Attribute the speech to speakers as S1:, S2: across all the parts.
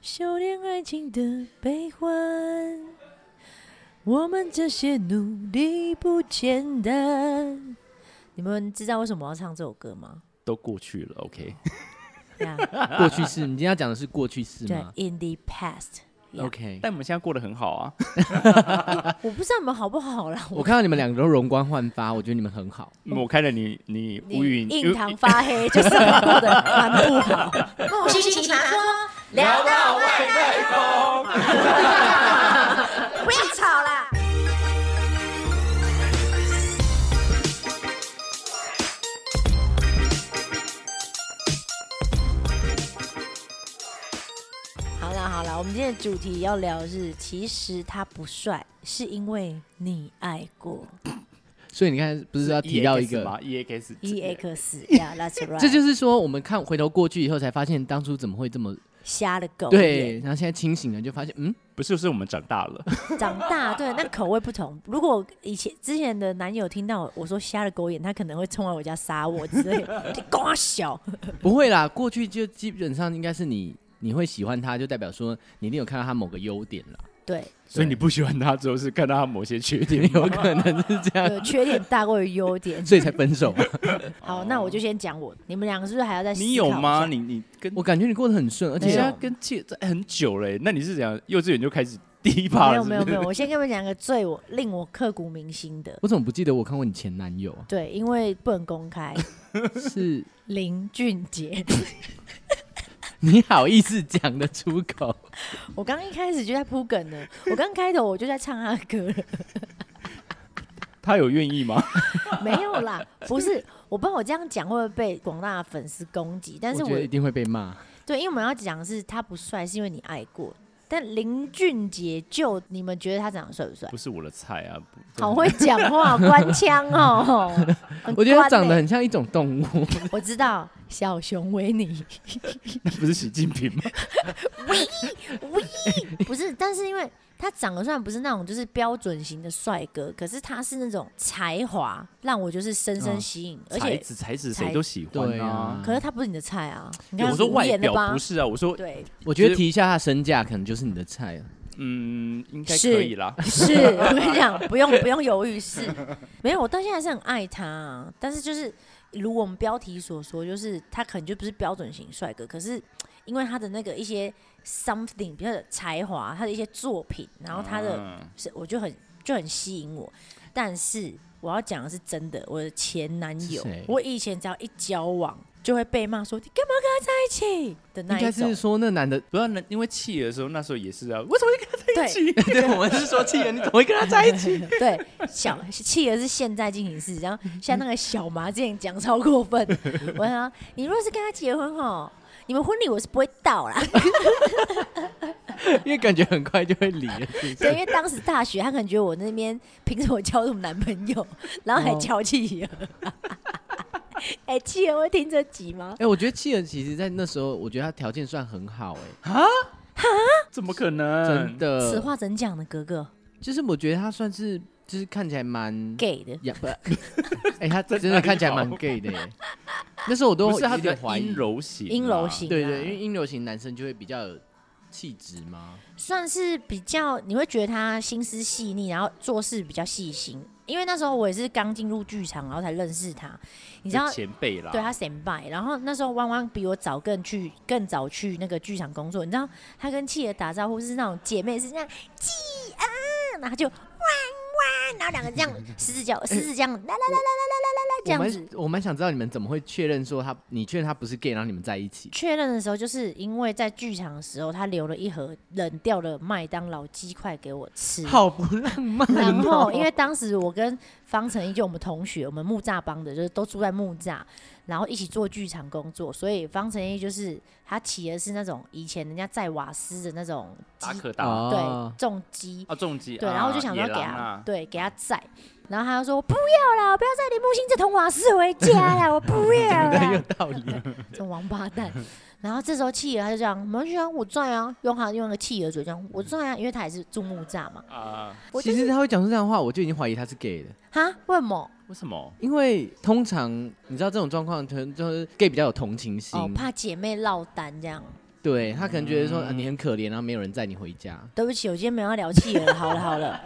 S1: 修炼爱情的悲欢。我们这些努力不简单。你们知道为什么我要唱这首歌吗？
S2: 都过去了，OK？
S1: 呀、
S3: 过去式，你今天要讲的是过去式
S1: 对
S3: 吗
S1: ，In the past，Yeah
S3: ？OK，
S2: 但我们现在过得很好 啊，
S1: 我不知道你们好不好啦。
S3: 我看到你们两个都容光焕发，我觉得你们很好。
S2: 我看了你你
S1: 你
S2: 乌云
S1: 印堂发黑，就是我过得蛮不好。梦西西奇葩说，聊到外太空，不要吵啦。好啦好啦，我们今天的主题要聊的是，其实他不帅，是因为你爱过
S3: 所以你看，不是要提到一个，
S2: 吧，EX
S1: E X 呀，That's right，
S3: 这就是说，我们看回头过去以后，才发现当初怎么会这么
S1: 瞎了狗眼
S3: 对，然后现在清醒了，就发现嗯，
S2: 不是是我们长大了，
S1: 长 大，对，那口味不同。如果以前之前的男友听到我说瞎了狗眼，他可能会冲来我家杀我之类 的，你瓜小。
S3: 不会啦，过去就基本上应该是你你会喜欢他，就代表说你一定有看到他某个优点啦，
S1: 对，
S2: 所以你不喜欢他，只有是看到他某些缺点。
S3: 有可能是这样，
S1: 有缺点大过于优点。
S3: 所以才分手嘛。
S1: 好，那我就先讲我，你们两个是不是还要再思考一下？
S2: 你有吗？你你跟
S3: 我感觉你过得很顺，而
S2: 你现
S3: 且
S2: 在跟借哦在很久了耶，那你是怎样？幼稚园就开始第一
S1: 没
S2: 趴了
S1: 有
S2: 是不
S1: 没
S2: 是？
S1: 有没有，我先跟你们讲个最我令我刻骨铭心的，
S3: 我怎么不记得我看过你前男友啊？
S1: 对，因为不能公开。
S3: 是
S1: 林俊杰，
S3: 你好意思讲得出口？
S1: 我刚一开始就在铺梗呢，我刚开头我就在唱他的歌了。
S2: 他有愿意吗？
S1: 没有啦，不是，我不知道我这样讲会不会被广大的粉丝攻击，但是我
S3: 我觉得一定会被骂。
S1: 对，因为我们要讲的是他不帅，是因为你爱过。但林俊杰就你们觉得他长得帅不帅
S2: 不？是我的菜啊， 不
S1: 好会讲话，官腔哦。很
S3: 我觉得他
S1: 官
S3: 长得
S1: 欸
S3: 很像一种 动物，
S1: 我知道小熊维尼，
S2: 那不是习近平 吗？
S1: 不是，但是因为他长得虽然不是那种就是标准型的帅哥，可是他是那种才华让我就是深深
S3: 嗯
S1: 吸引，而
S2: 才
S1: 且
S2: 子才子
S1: 才
S2: 谁都喜欢
S3: 对啊
S2: 啊。
S1: 可是他不是你的菜啊，你看
S2: 我说
S1: 无
S2: 外
S1: 言的
S2: 表
S1: 吧
S2: 不，是啊，我说
S1: 对，
S3: 我觉得提一下他的身价，可能就是你的菜了。啊
S2: 嗯，应该
S1: 是
S2: 可以啦。
S1: 是，我跟你 讲，不用不用犹豫，是没有，我到现在还是很爱他、啊，但是就是如我们标题所说，就是他可能就不是标准型帅哥，可是因为他的那个一些 something，比如他的才华，他的一些作品，然后他
S3: 啊
S1: 的、
S2: 嗯
S1: 是我就很就很吸引我，但是我要讲的是真的，我的前男
S3: 是
S1: 友
S3: 谁，
S1: 我以前只要一交往就会被骂说你干嘛跟他在一起的
S3: 应
S1: 那
S3: 该
S1: 一
S3: 是
S1: 种，
S3: 说那 男的，
S2: 不要，那因为气的时候，那时候也是啊。为什么
S1: 对。
S3: 对我们是说气人，你怎么会跟他在一起？
S1: 对，小企鹅是现在进行式，然后像那个小麻之前讲超过 分，我想你若是跟他结婚哦，你们婚礼我是不会到啦，
S3: 因为感觉很快就会离了， 是不
S1: 对，因为
S3: 是
S1: 当时大学他可能觉得我那边凭什么交什么男朋友， 然后还
S3: 哦
S1: 教企鹅。 哎、企鹅会听这集吗？
S3: 哎、我觉得气人其实在那时候，我觉得他条件算很好、
S2: 怎么可
S3: 哎、
S2: 能
S3: 真？的。
S1: 此话怎讲呢，格格
S3: 就是我觉得他算是，就是看起来蛮
S1: ？gay 的，
S3: 呀不， 哎、他真的看起来蛮 gay 的、 哎那时候我都
S2: 不是他
S3: 有
S2: 比较
S3: 点怀疑
S2: 阴，柔型啊，
S1: 阴柔型
S3: 对
S1: 啊
S3: 对，因为阴柔型男生就会比较有气质嘛。
S1: 算是比较，你会觉得他心思细腻，然后做事比较细心。因为那时候我也是刚进入剧场，然后才认识他。你知道
S2: 就，前辈啦。
S1: 对他 s 拜，然后那时候弯弯比我早更去更早去那个剧场工作，你知道他跟企鹅打招呼是那种姐妹是这样企鹅，然后他就弯弯，然后两个这样十字脚十字这样啦啦啦啦啦
S3: 我
S1: 啦啦啦这样子
S3: 蛮。我蛮想知道你们怎么会确认说他，你确认他不是 gay，然后你们在一起？
S1: 确认的时候，就是因为在剧场的时候，他留了一盒冷掉的麦当劳鸡块给我吃，
S3: 好不 浪漫、哦。
S1: 然后，因为当时我跟方成一就我们同学，我们木栅帮的，就是都住在木栅，然后一起做剧场工作，所以方成一就是他骑的是那种以前人家载瓦斯的那种
S2: 达
S1: 机，
S2: 可达啊，
S3: 哦
S1: 对，重机，
S2: 重击
S1: 对，然后我就想说
S2: 野
S1: 给
S2: 狼
S1: 他，
S2: 啊
S1: 对，给他载，然后他就说我不要啦，我不要载林木星这桶瓦斯回家啦，我 不要
S3: 很有
S1: 啦，
S3: 道理，
S1: 这种王八蛋。然后这时候企鹅他就这样，没关系啊，我载啊，用他用那个企鹅嘴这样，我载啊，因为他也是住木栅嘛，
S2: 啊，
S1: 我就
S3: 其实他会讲出这样的话，我就已经怀疑他是 gay 了。
S1: 哈，为什么？
S2: 为什么？
S3: 因为通
S1: 哦
S3: 常你知道这种状况，可能就是 gay 比较有同情心，
S1: 哦，怕姐妹落单这样。
S3: 对他可能觉得说、啊你很可怜，然后没有人载你回家。
S1: 对不起，我今天没有要聊企鹅，好了好 了，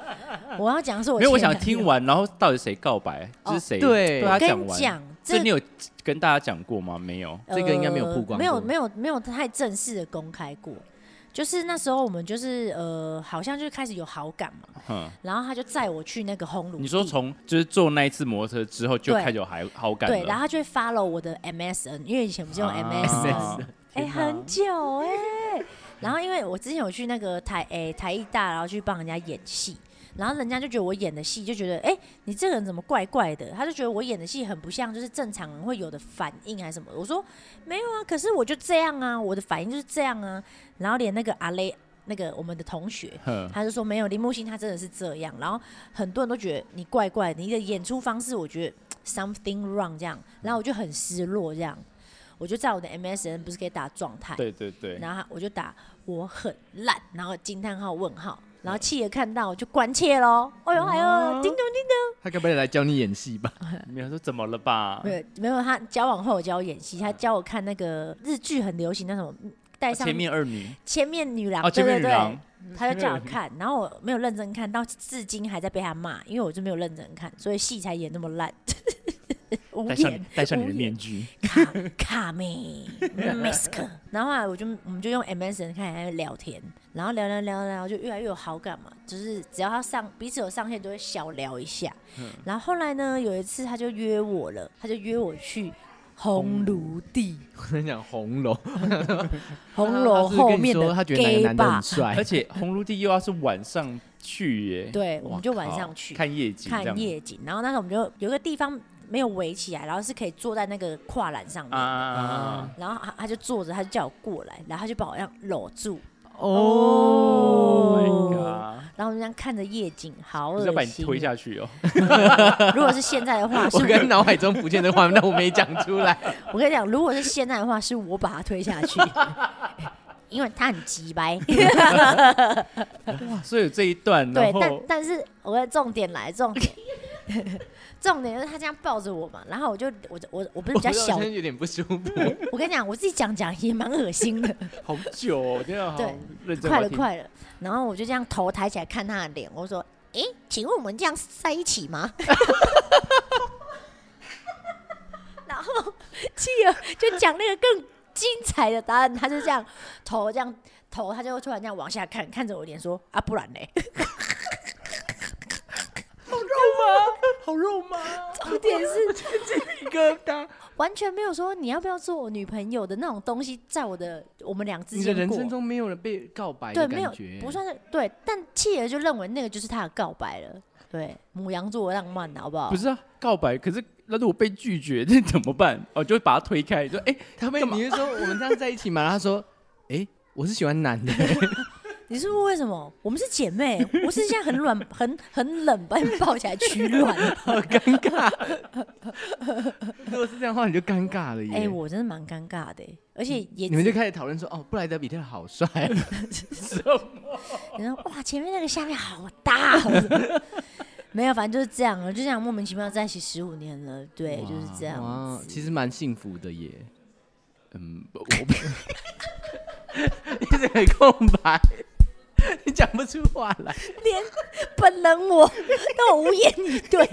S1: 我要讲的是我
S2: 没有，我
S1: 前
S2: 想
S1: 男
S2: 听
S1: 友。
S2: 完，然后到底谁告白，
S1: 哦
S2: 就是谁
S3: 对
S2: 对他
S1: 我跟
S2: 讲
S1: 你
S2: 完。
S1: 讲，这
S2: 这你有跟大家讲过吗？没有，
S3: 这个应该没有曝光
S1: 呃没有
S3: 过
S1: 没有没有太正式的公开过。就是那时候我们就是呃，好像就是开始有好感嘛，
S2: 哼。
S1: 然后他就载我去那个烘炉地。
S2: 你说从就是坐那一次摩托车之后就
S1: 对
S2: 开始有好好感了，
S1: 对，然后他就会 follow 我的 MSN，因为以前不是用
S2: 啊
S1: MSN，哎、
S3: 天哪
S1: 很久哎、然后因为我之前有去那个台哎、台艺大，然后去帮人家演戏，然后人家就觉得我演的戏就觉得哎、你这个人怎么怪怪的？他就觉得哎我演的戏很不像就是正常人会有的反应还是什么的。我说没有啊，可是我就这样啊，我的反应就是这样啊。然后连那个阿雷那个我们的同学，
S2: 哼
S1: 他就说没有，林木星他真的是这样，然后很多人都觉得你怪怪的，你的演出方式我觉得 something wrong 这样，然后我就很失落这样，我就在我的 MSN 不是可以打状态，
S2: 对对对，
S1: 然后我就打我很烂，然后惊叹号问号，然后企鹅看到就关切喽，哎呦哎呦，叮咚叮
S3: 他该不会来教你演戏吧？
S2: 没有说怎么了吧？
S1: 没有没有，他交往后有教我演戏，他教我看那个日剧很流行那种带上
S2: 啊前面二女
S1: 千面女郎，
S2: 哦，
S1: 对
S2: 前
S1: 对
S2: 面女
S1: 对，
S2: 郎，
S3: 嗯
S1: 他就叫我看，然后我没有认真看，到至今还在被他骂，因为我就没有认真看，所以戏才演那么 烂。无
S2: 戴上
S1: 言
S2: 戴上你的
S1: 无言
S2: 面具，
S1: 卡卡妹 Mask，然后后来我就我们就用 MSN 看还聊天，然后聊聊聊聊就越来越有好感嘛，就是只要他上彼此有上线就会小聊一下。
S3: 嗯
S1: 然后后来呢，有一次他就约我了，他就约我去红炉地
S3: 我跟你讲红楼，
S1: 红楼后面的 gay
S3: 啊他
S1: bar。
S2: 而
S3: 他是不是跟你说他觉得哪个男的很帅，
S2: 且红炉地又要是晚上去耶，
S1: 对，我
S2: 哇，
S1: 们就晚上
S2: 靠
S1: 去
S2: 看夜景，这样
S1: 看夜景。然后那时候我们就有一个地方没有围起来，然后是可以坐在那个跨栏上面。
S2: 啊，
S1: 然后他他就坐着，他就叫我过来，然后他就把我这样搂住，
S2: 哦
S3: 哦，
S2: 啊，
S1: 然后我就这样看着夜景，好
S2: 不
S1: 恶
S2: 是
S1: 心。
S2: 要把你推下去哦，
S1: 如果是现在的 话，是
S3: 我
S1: 我
S3: 跟脑海中浮现的画面，但我没讲出来。
S1: 我跟你讲，如果是现在的话，是我把他推下去， 欸因为他很急 掰。
S2: 所以有这一段，
S1: 啊对
S2: 然，
S1: 但
S2: 后
S1: 但是我的重点来，重点 重点就是他这样抱着我嘛，然后我就我我我 不是比较小
S3: 我，有点不 舒服，
S1: 我跟你讲，我自己讲讲也蛮恶心的。
S2: 好久哦，真的好
S1: 对
S2: 认真，
S1: 快了
S2: 我要听，
S1: 快了，然后我就这样头抬起来看他的脸，我说：“诶，请问我们这样是在一起吗？” 然后继而就讲那个更精彩的答案，他就这样头这样头，他就突然这样往下看，看着我脸说：“啊，不然嘞
S3: 好肉麻，？”
S1: 重点是
S3: 一个瘩。
S1: 完全没有说你要不要做我女朋友的那种东西，在我的我们俩之
S3: 你的
S1: 间
S3: 人
S1: 过
S3: 生中没有人被告白
S1: 对
S3: 的
S1: 没有
S3: 感觉，
S1: 不算是对，但继而就认为那个就是他的告白了。对，母羊座的浪漫啊好不好？
S2: 不是啊，告白，可是那如果被拒绝，那怎 么办？哦，就把他推开，就哎，
S3: 他被
S2: 干嘛
S3: 你是 说我们这样在一起嘛？然后他说，哎，我是喜欢男的，
S1: 你是不是为什么？我们是姐妹，我是现在很软、很很冷，把你抱起来取暖。
S3: 好尴尬。如果是这样的话，你就尴尬了耶。
S1: 哎、我真的蛮尴尬的欸，而且也
S3: 嗯你们就开始讨论说，哦，布莱德比特 好帅，
S1: 你说哇，前面那个下面好大哦。 没有，反正就是这样了，就这样莫名其妙在一起十五年了，对，就是这样
S3: 哇
S1: 子。
S3: 其实蛮幸福的耶。
S2: 嗯，我 不
S3: 一直很空白，你讲不出话来。
S1: 连本人我 都无言以对。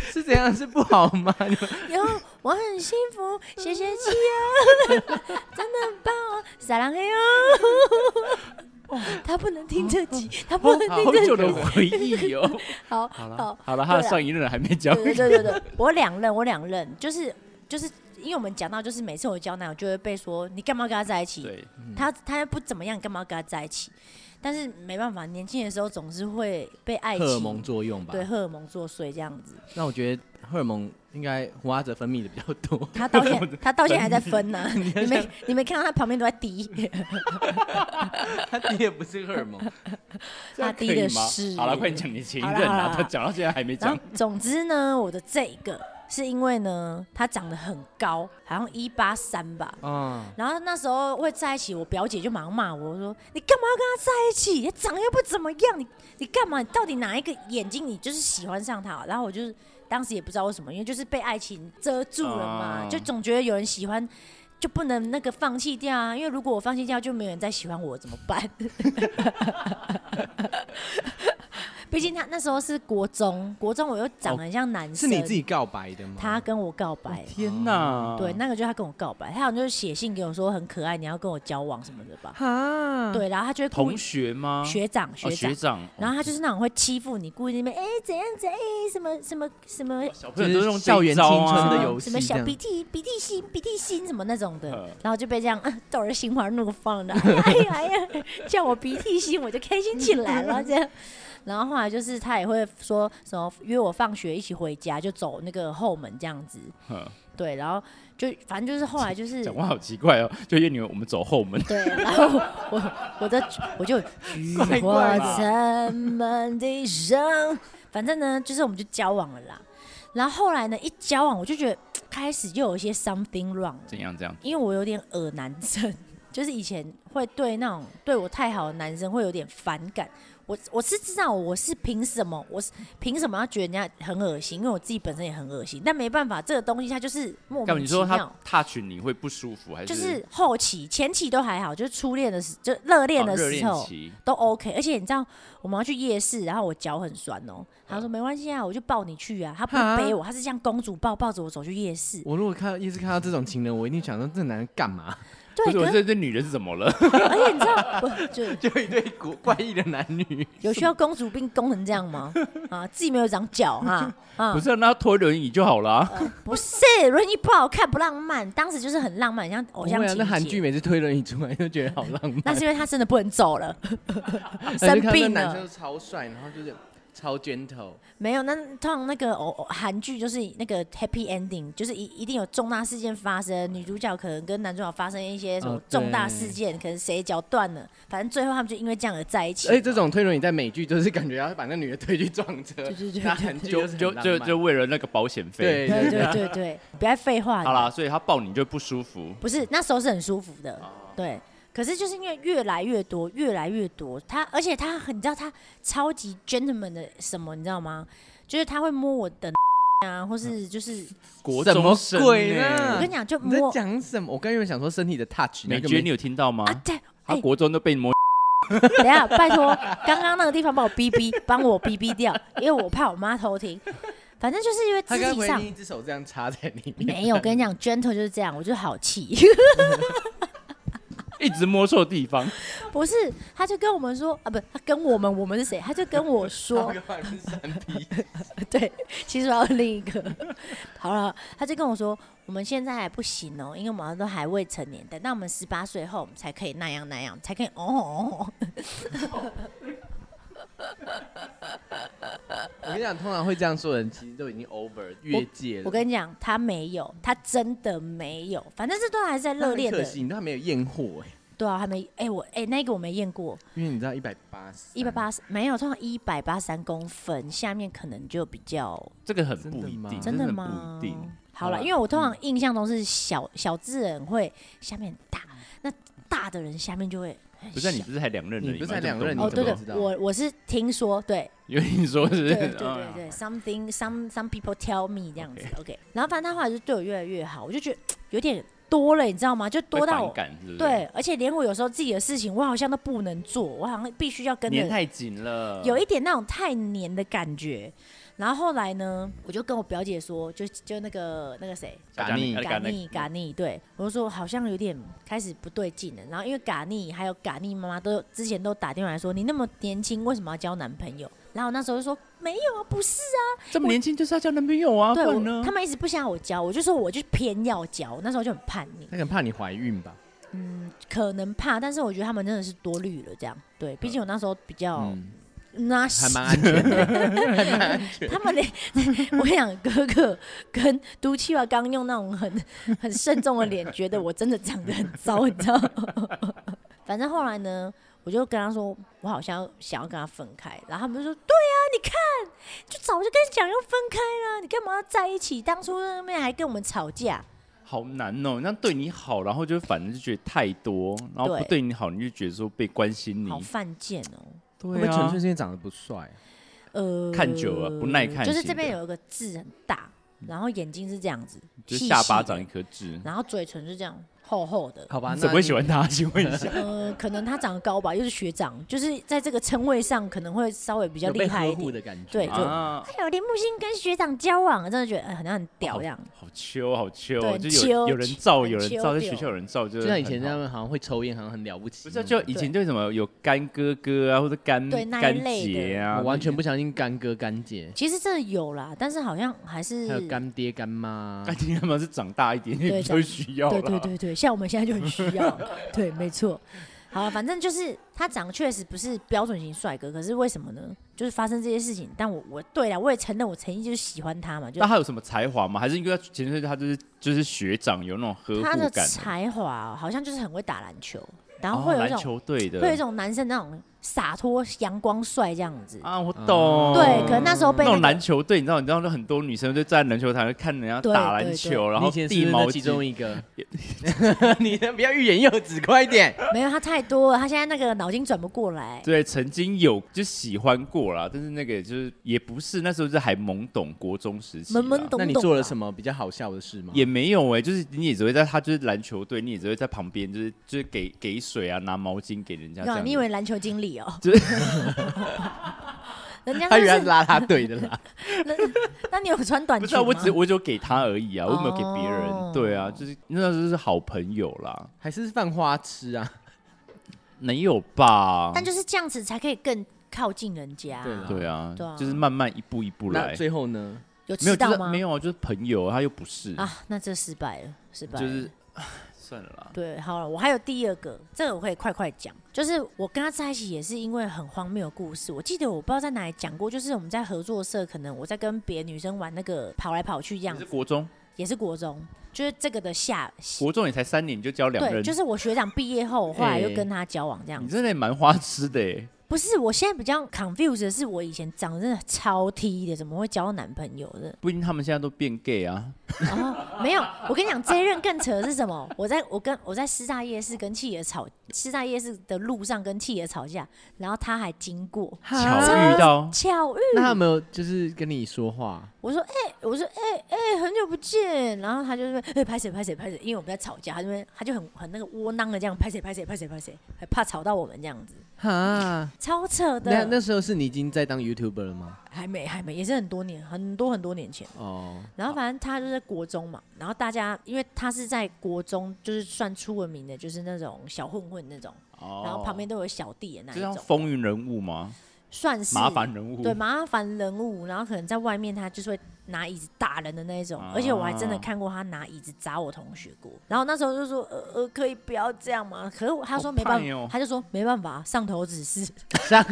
S3: 是怎样？是不好吗？你们
S1: 然后我很幸 福，谢谢七哦， 真的很棒哦，撒浪嘿 哦。他不能听这集， 他不能听
S2: 好
S1: 这集。
S2: 久的回忆哦。
S1: 好
S2: 好
S1: 好
S2: 了，好了，他的
S1: 对啦啊
S2: 上一任还没讲，
S1: 对对对对对，我两任，我两任，就是就是，因为我们讲到，就是每次我交男友就会被说你干嘛跟他在一起？
S2: 对，
S1: 他他又不怎么样，干嘛跟他在一起？但是没办法，年轻的时候总是会被爱情
S3: 荷尔蒙作用吧
S1: 对。荷尔蒙作祟这样 子。。
S3: 那我觉得荷尔蒙应该胡阿哲分泌的比较多
S1: 他到现在他到现在还在分呢、 你没你没看到他旁边都在滴，
S3: 他滴的不是荷尔 蒙，
S1: 他
S2: 可
S1: 滴
S2: 以
S1: 的
S2: 吗？
S1: 是。
S2: 好了，快点讲你前
S1: 好
S2: 一
S1: 啦
S2: 任
S1: 好啦
S2: 啊，
S1: 好
S2: 他
S1: 啦
S2: 讲到现在还没
S1: 然
S2: 讲
S1: 后。总之呢，我的这一个是因为呢，他长得很高，好像一八三吧，
S3: 嗯，
S1: 然后那时候会在一起，我表姐就马上骂我，我说你干嘛要跟他在一起？你长得又不怎么样，你你干嘛？你到底哪一个眼睛你就是喜欢上他？然后我就是当时也不知道为什么，因为就是被爱情遮住了嘛，
S2: 哦
S1: 就总觉得有人喜欢就不能那个放弃掉啊，因为如果我放弃掉，就没有人再喜欢我，怎么办？ 毕竟他那时候是国中，国中我又长得很像男
S4: 是
S1: 生，
S4: 你自己告白的吗？
S1: 他跟我告白，
S2: 天啊哪！
S1: 对，那个就是他跟我告白，他好像就是写信给我说很可爱，你要跟我交往什么的吧？
S4: 哈，
S1: 对，然后他就会故
S2: 同
S1: 意
S2: 学吗？
S1: 学长学
S2: 哦
S1: 长
S2: 学，长，
S1: 然后他就是那种会欺负你，故意那边哎、怎样怎样哎、什么什么什么
S2: 小朋
S3: 就
S2: 友都
S3: 是
S2: 用
S3: 校园青
S2: 啊
S3: 春的
S1: 什么
S3: 游
S1: 啊什
S3: 戏
S1: 么
S3: 这
S1: 小
S3: 样呃
S1: 鼻涕鼻涕心鼻涕心什么那种的
S2: 嗯，
S1: 然后就被这样啊逗人心花怒放的， 哎呀哎呀哎呀，叫我鼻涕心我就开心起来了这样。然后后来就是他也会说什么约我放学一起回家，就走那个后门这样子，
S2: 哼
S1: 对，然后就反正就是后来就是
S2: 讲话好奇怪哦，就约你们我们走后门，
S1: 对，然后我我的我就菊
S4: 怪
S1: 花
S4: 吧
S1: 残满地伤，反正呢，就是我们就交往了啦。然后后来呢，一交往我就觉得开始又有一些 something wrong 了，
S2: 怎样怎样？
S1: 因为我有点恶男症， 就是以前会对那种对我太好的男生会有点反感。我我是知道我是凭什么，我是凭什么要觉得人家很恶心？因为我自己本身也很恶心，但没办法，这个东西它就是莫
S2: 干
S1: 名
S2: 嘛？你
S1: 其
S2: 说
S1: 妙
S2: 他。touch 你会不舒服还是？
S1: 就是后期、前期都还好，就是初恋的时，就热恋
S2: 哦
S1: 的
S2: 热
S1: 时
S2: 恋
S1: 候、
S2: 期，
S1: 都 OK。而且你知道，我们要去夜市，然后我脚很酸哦、他说没关系啊，我就抱你去啊。他不
S4: 哈
S1: 是背我，他是像公主抱，抱着我走去夜市。
S3: 我如果看到一直看到这种情人，我一定想说这男人干嘛？
S1: 对，
S2: 不是
S1: 可
S2: 我
S1: 是
S2: 这这女人是怎么了？
S1: 而且你知道，我就
S3: 就一对古怪异的男女，
S1: 有需要公主病攻成这样吗？啊，自己没有长脚哈啊，
S2: 不是啊，那推轮椅就好啊啦。
S1: 不是轮椅不好看不浪漫，当时就是很浪漫，像偶像
S3: 不会啊
S1: 情
S3: 那韩
S1: 节
S3: 剧每次推轮椅出来就觉得好浪漫。
S1: 那是因为他真的不能走了，
S3: 然后
S1: 生
S3: 就看 到那
S1: 病啊
S3: 男
S1: 了
S3: 生。超帅，然后就是超 gentle，
S1: 没有，那通常那个偶偶韩剧就是那个 happy ending，就是一一定有重大事件发生，女主角可能跟男主角发生一些什么
S3: 哦对
S1: 重大事件，可能谁脚断了，反正最后他们就因为这样而在一起。
S3: 而且哎这种推轮椅在美剧就是感觉要把那女的推去撞车，
S1: 对对对
S3: 那韩剧
S2: 就是
S3: 很
S2: 就
S3: 浪
S2: 就
S3: 漫
S2: 就为了那个保险费。
S3: 对
S1: 呃对对对对，不要废话。
S2: 好啦，所以他抱你就不舒服。
S1: 不是那时候是很舒服的，
S3: 哦
S1: 对。可是就是因为越来越多，越来越多，他而且他很，你知道他超级 gentleman 的什么，你知道吗？就是他会摸我的 啊，或是就是
S2: 国
S3: 什么
S2: 中生欸
S3: 鬼
S2: 呢
S1: 我
S3: 呢
S1: 跟你讲，就
S3: 啊你在
S1: 摸
S3: 讲什么？我刚原本想说身体的 touch，
S2: 美
S3: 那个
S2: 娟，你有听到吗？
S1: 啊，对，
S2: 他
S1: 哎
S2: 国中都被摸，
S1: 等一下，拜托，刚刚那个地方帮我逼逼，帮我逼逼掉，因为我怕我妈偷听。反正就是因为
S3: 他
S1: 肢
S3: 该不
S1: 体
S3: 会
S1: 上
S3: 另一只手这样插在里面？
S1: 没有，我跟你讲，gentle 就是这样，我就好气。
S2: 一直摸错 地方。
S1: 不是，他就跟我们说啊，不，他跟我们，我们是谁？他就跟我 说，
S3: 百分之三 P，
S1: 对，其实我要另一个。好了，他就跟我说，我们现在还不行哦，因为我们都还未成年，等到我们十八岁后，我们才可以那样那样，才可以哦哦哦。
S3: 我跟你讲，通常会这样说的人，其实都已经 over 越界了。
S1: 我跟你讲，他没有，他真的没有，反正这段还是在
S3: 那
S1: 热
S3: 很
S1: 恋
S3: 可
S1: 的。
S3: 惜，你都还没有验货哎，
S1: 对啊，还没哎、我哎、那个我没验过，
S3: 因为你知道一百八十，
S1: 一百八十没有，通常一百八三公分下面可能就比较
S2: 这个很
S3: 真的
S2: 不一
S3: 吗
S2: 定，
S1: 真
S2: 的
S1: 的
S2: 很
S1: 吗
S2: 不一定。？
S1: 好
S3: 好
S1: 了，
S3: 啦
S1: 因为我通常印象中是小小字人会下面很大，那大的人下面就会很
S2: 不是啊你
S1: 小
S2: 不是才两任而已吗？
S3: 你不是才
S2: 这么
S3: 两任
S2: 懂
S1: 哦，
S3: 你怎
S1: 对
S3: 么
S1: 对
S3: 知，道
S1: 我我是听说，对
S2: 因为你说是
S1: 对对 对对
S2: 嗯
S1: 对，something some some people tell me 这样子，OK。然后反正他后来就对我越来越好，我就觉得有点多了，你知道吗？就
S2: 会
S1: 多到
S2: 反
S1: 我
S2: 感是不是？
S1: 对，，而且连我有时候自己的事情，我好像都不能做，我好像必须要跟着
S2: 粘太紧了，
S1: 有一点那种太黏的感觉。然后后来呢，我就跟我表姐说，就就那个那个谁，
S2: 嘎腻
S3: 嘎
S2: 哎
S1: 嘎
S2: 嘎
S1: 尼
S2: 尼
S1: 嘎尼，对我就说好像有点开始不对劲了。然后因为嘎尼还有嘎尼妈妈都之前都打电话来说，你那么年轻，为什么要交男朋友？然后我那时候就说没有啊，不是啊，
S2: 这么年轻就是要交男朋友啊，不
S1: 对我
S2: 然呢
S1: 他？们一直不想要我交，我就说我就偏要交，那时候就很叛逆，
S3: 他可能怕你怀孕 吧？
S2: 嗯
S1: 可能怕，但是我觉得他们真的是多虑了，这样对，
S2: 呃
S1: 毕竟我那时候比较
S3: 嗯，
S1: 那
S3: 还蛮安
S2: 啊
S3: 全的。
S1: 他们连我跟你讲，哥哥跟毒气娃刚用那种很很慎重的脸，觉得我真的长得很糟，你知道吗？ 反正后来呢，我就跟他说，我好像想要跟他分开，然后他们就说，对啊，你看，就早就跟你讲要分开啦，你干嘛要在一起？当初那边还跟我们吵架，
S2: 好难哦，那对你好，然后就反正就觉得太多，然后
S1: 对
S2: 不对你好，你就觉得说被关心你
S1: 好，犯贱哦、
S3: 会不
S2: 对
S3: 会纯
S2: 啊
S3: 粹，是因为长得不帅？
S1: 呃，
S2: 看久了不耐看
S1: 就是
S2: 型
S1: 这边
S2: 的
S1: 有一个痣很大，然后眼睛是这样子，
S2: 就是
S1: 细
S2: 下
S1: 细
S2: 巴
S1: 的
S2: 长一颗痣，
S1: 然后嘴唇是这样，厚厚的。
S3: 好吧，
S2: 你怎么会喜欢他？ 请问一下，
S1: 呃，可能他长得高吧，又是学长，就是在这个称谓上可能会稍微比
S3: 比
S1: 较厉害一点。
S3: 的感觉，
S1: 对就
S2: 啊，
S1: 哎呦，林木星跟学长交往，真的觉得哎，很很
S2: 哦
S1: 屌这样。
S2: 好秋，好秋
S1: 对，
S2: 就是
S1: 秋
S2: 有有人照，
S1: 很
S2: 有人照，
S1: 秋
S2: 在学校有人照，就
S3: 就是像
S2: 很
S3: 以前
S2: 好
S3: 他们好像会抽烟，好像很了不起
S2: 不
S3: 那
S2: 是
S3: 种。
S2: 啊就以前就什么有干哥哥啊，或者干
S1: 嗯对那一
S2: 干
S1: 类的
S2: 姐啊，
S3: 我完全不相信干哥干姐，
S1: 其实真的有啦，但是好像还是
S3: 还有干爹干妈
S2: 干。爹他们是长大一点
S1: 啊对
S2: 点就需要
S1: 对
S2: 了，
S1: 对对对，像我们现在就很需要。 对，没错。好，反正就是他长得确实不是标准型帅哥，可是为什么呢？就是发生这些事情，但我我对了，我也承认我曾经就是喜欢他嘛，就
S2: 那他有什么才华吗？还是因为他前阵子他就是就是学长，有那种呵护
S1: 他的
S2: 感？
S1: 才华哦好像就是很会打篮球，然后
S2: 哦
S1: 会有一
S2: 篮
S1: 种、
S2: 球队的，
S1: 会有一种男生那种洒脱阳光帅这样子。
S2: 啊，我懂。
S1: 对，可能那时候被
S2: 那
S1: 那
S2: 种
S1: 个
S2: 篮球队，你知道，你知道，就很多女生就站篮球场看人家
S1: 对
S2: 打
S1: 对
S2: 篮
S1: 对
S2: 球，然
S3: 你
S2: 后
S3: 以前是
S2: 递
S3: 不是
S2: 毛
S3: 那其中
S2: 巾。
S3: 一个，你不要欲言又止，快一点！
S1: 没有他太多了，他现在那个脑筋转不过来。
S2: 对，啊曾经有就喜欢过啦，但是那个就是也不是那时候就还懵懂，国中时期啦，
S1: 懵懵 懂懂吧。
S3: 那你做了
S2: 啊
S3: 什么比较好笑的事吗？
S2: 也没有哎、就是你也只会在他就是篮球队，你也只会在旁边，就是就是给给水啊，拿毛巾给人家这
S1: 那
S2: 样
S1: 啊你以
S2: 子。
S1: 为篮球经理哦？
S2: 就
S1: 人家
S3: 他
S1: 就
S3: 原来是
S1: 是，
S3: 拉他队的啦，
S1: 那你有穿短
S2: 不
S1: 裙
S2: 是啊，我
S1: 吗
S2: 只我就给他而已啊，我没有给别人。
S1: 哦
S2: 对啊，就是那时候是好朋友啦，
S3: 还是犯花痴啊？
S2: 没有吧？
S1: 但就是这样子才可以更靠近人家。
S3: 对啦
S2: 对啊，
S1: 对啊
S2: 就是慢慢一步一步
S3: 那
S2: 来。
S3: 最后呢？
S1: 有
S2: 没
S1: 吃
S2: 有，就
S1: 到
S2: 是
S1: 吗？
S2: 没有啊，就是朋友，他又不是，
S1: 啊，那这失败了，失败了。
S2: 就是唉算了啦。
S1: 对，好了，我还有第二个，这个我可以快快讲，就是我跟他在一起也是因为很荒谬的故事。我记得我不知道在哪里讲过，就是我们在合作社，可能我在跟别的女生玩那个跑来跑去这样
S2: 你是
S1: 子，
S2: 国中，
S1: 也是国中，就是这个的下，
S2: 国中也才三年你就交两
S1: 对，
S2: 任，
S1: 就是我学长毕业后，我后来又
S3: 哎
S1: 跟他交往这样
S2: 你
S1: 子。
S2: 真的也蛮花痴的哎。
S1: 不是，我现在比较 confused 的是，我以前长得真的超 T 的，怎么会交到男朋友的？
S2: 不一定他们现在都变 gay 啊，
S1: 哦，没有，我跟你讲，这一任更扯的是什么？我在我跟我在师大夜市跟企鹅吵，师大夜市的路上跟企鹅吵架，然后他还经过，
S2: 巧
S1: 啊
S2: 遇到
S1: 巧遇，
S3: 那他有没有就是跟你说话？
S1: 我说哎、我说哎哎、很久不见，然后他就是哎拍谁拍谁拍谁，因为我们在吵架，他就会他就很很那个窝囊的这样拍谁拍谁拍谁拍谁，还怕吵到我们这样子，
S3: 哈，
S1: 超扯
S3: 那
S1: 的，
S3: 那时候是你已经在当 YouTuber 了吗？
S1: 还没还没，也是很多年很多很多年前。
S3: 哦，
S1: 然后反正他就在国中嘛，然后大家因为他是在国中，就是算出了名的，就是那种小混混那种，然
S2: 然
S1: 后旁边都有小弟的那
S2: 哦就
S1: 一
S2: 像
S1: 种，
S2: 风云人物吗？
S1: 算是
S2: 麻烦人物，
S1: 对麻烦人物，然后可能在外面他就是会拿椅子打人的那一种，
S2: 啊
S1: 而且我还真的看过他拿椅子砸我同学过。然后那时候就说，呃呃，可以不要这样吗？可是我他说
S2: 好
S1: 没办
S2: 叛
S1: 法，
S2: 哦
S1: 他就说没办法，上头指示。
S3: 上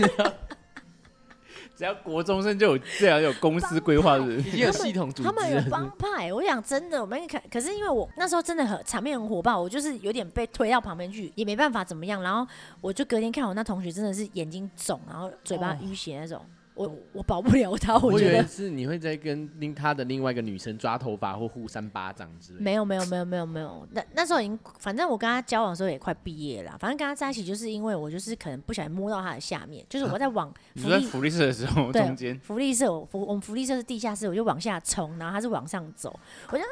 S2: 只要国中生就有这样有公司规划 的
S3: 已经有系统组织
S1: 他们有帮
S3: 了。
S1: 派，我想真的，我们看，可是因为我那时候真的很场面很火爆，我就是有点被推到旁边去，也没办法怎么样。然后我就隔天看我那同学真的是眼睛肿，然后嘴
S2: 哦
S1: 巴淤血那种，我我保不了他，我
S3: 我以
S1: 觉
S3: 为
S1: 得
S3: 是你会在跟另他的另外一个女生抓头发或互扇巴掌之类的。
S1: 没有没有没有没有没有，那那时候已经，反正我跟他交往的时候也快毕业了啦，反正跟他在一起就是因为我就是可能不小心摸到他的下面，就是我在 往
S2: 你
S1: 福
S2: 说在
S1: 利
S2: 福利社的时候，
S1: 对
S2: 中间
S1: 福利社，我福我们福利社是地下室，我就往下冲，然后他是往上走，我就啊，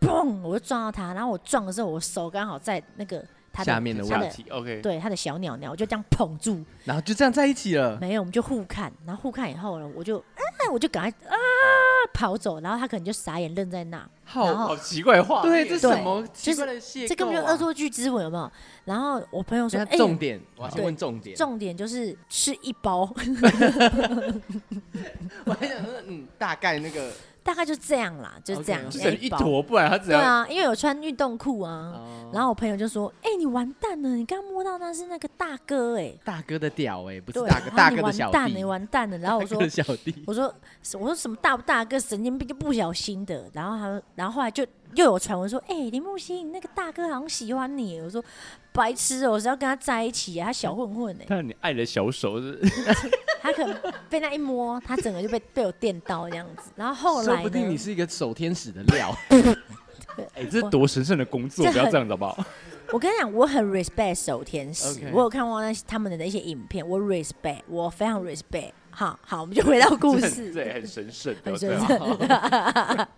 S1: 砰，我就撞到他，然后我撞的时候，我手刚好在那个他的
S3: 下面的位置
S1: 他
S2: 下
S1: 的
S2: 体 OK，
S1: 对他的小鸟鸟，我就这样捧住，
S3: 然后就这样在一起了。
S1: 没有，我们就互看，然后互看以后呢，我就啊，我就赶快啊跑走，然后他可能就傻眼愣在那，然
S3: 好，
S1: 后
S2: 好奇怪话，
S3: 对，这
S1: 对
S2: 哦
S3: 什么奇怪的邂逅啊？
S1: 这根本就恶作剧之吻，有没有？然后我朋友说，
S3: 等一
S1: 哎
S3: 下。重点，我要
S1: 对
S3: 先问重点。
S1: 重点就是吃一包，
S3: 我还想说，嗯，大概 那个
S1: 大概就这样啦，就这样
S3: OK，OK
S1: 哎
S2: 就等于一
S1: 包
S2: 坨，不然他只
S1: 对
S2: 要
S1: 啊，因为有穿运动裤啊，
S3: 哦
S1: 然后我朋友就说：“哎、你完蛋了，你刚摸到那是那个大哥哎、
S3: 大哥的屌哎，不是
S1: 对，
S3: 大哥，
S1: 然
S3: 大
S1: 后
S3: 哥的
S1: 你
S3: 小
S1: 完蛋了，你
S3: 弟，
S1: 完蛋了。”然后我
S3: 大
S1: 说
S3: 哥的小弟：“，
S1: 我说什我说什么大不大哥，神经病，就不小心的。”然后他，然后后来就又有传闻说：“哎、林木星，那个大哥好像喜欢你。”我说：“白痴哦、我是要跟他在一起啊，他小混混哎、
S2: 看你爱的小手 是
S1: 他可能被那一摸，他整个就被被我电到这样子。”然后后
S3: 说
S1: 来
S3: 不定
S1: 呢
S3: 你，是一个守天使的 料。
S2: 哎，这是多神圣的工作，
S1: 这
S2: 不要
S1: 很
S2: 这样子好不好？
S1: 我跟你讲，我很 respect 守天使
S3: OK
S1: 我有看过那他们的一些影片，我 respect，我非常 respect。好好，我们就回到故
S2: 这很
S1: 事。
S2: 啊对，很神圣，不
S1: 很
S2: 要
S1: 神
S2: 这样
S1: 圣。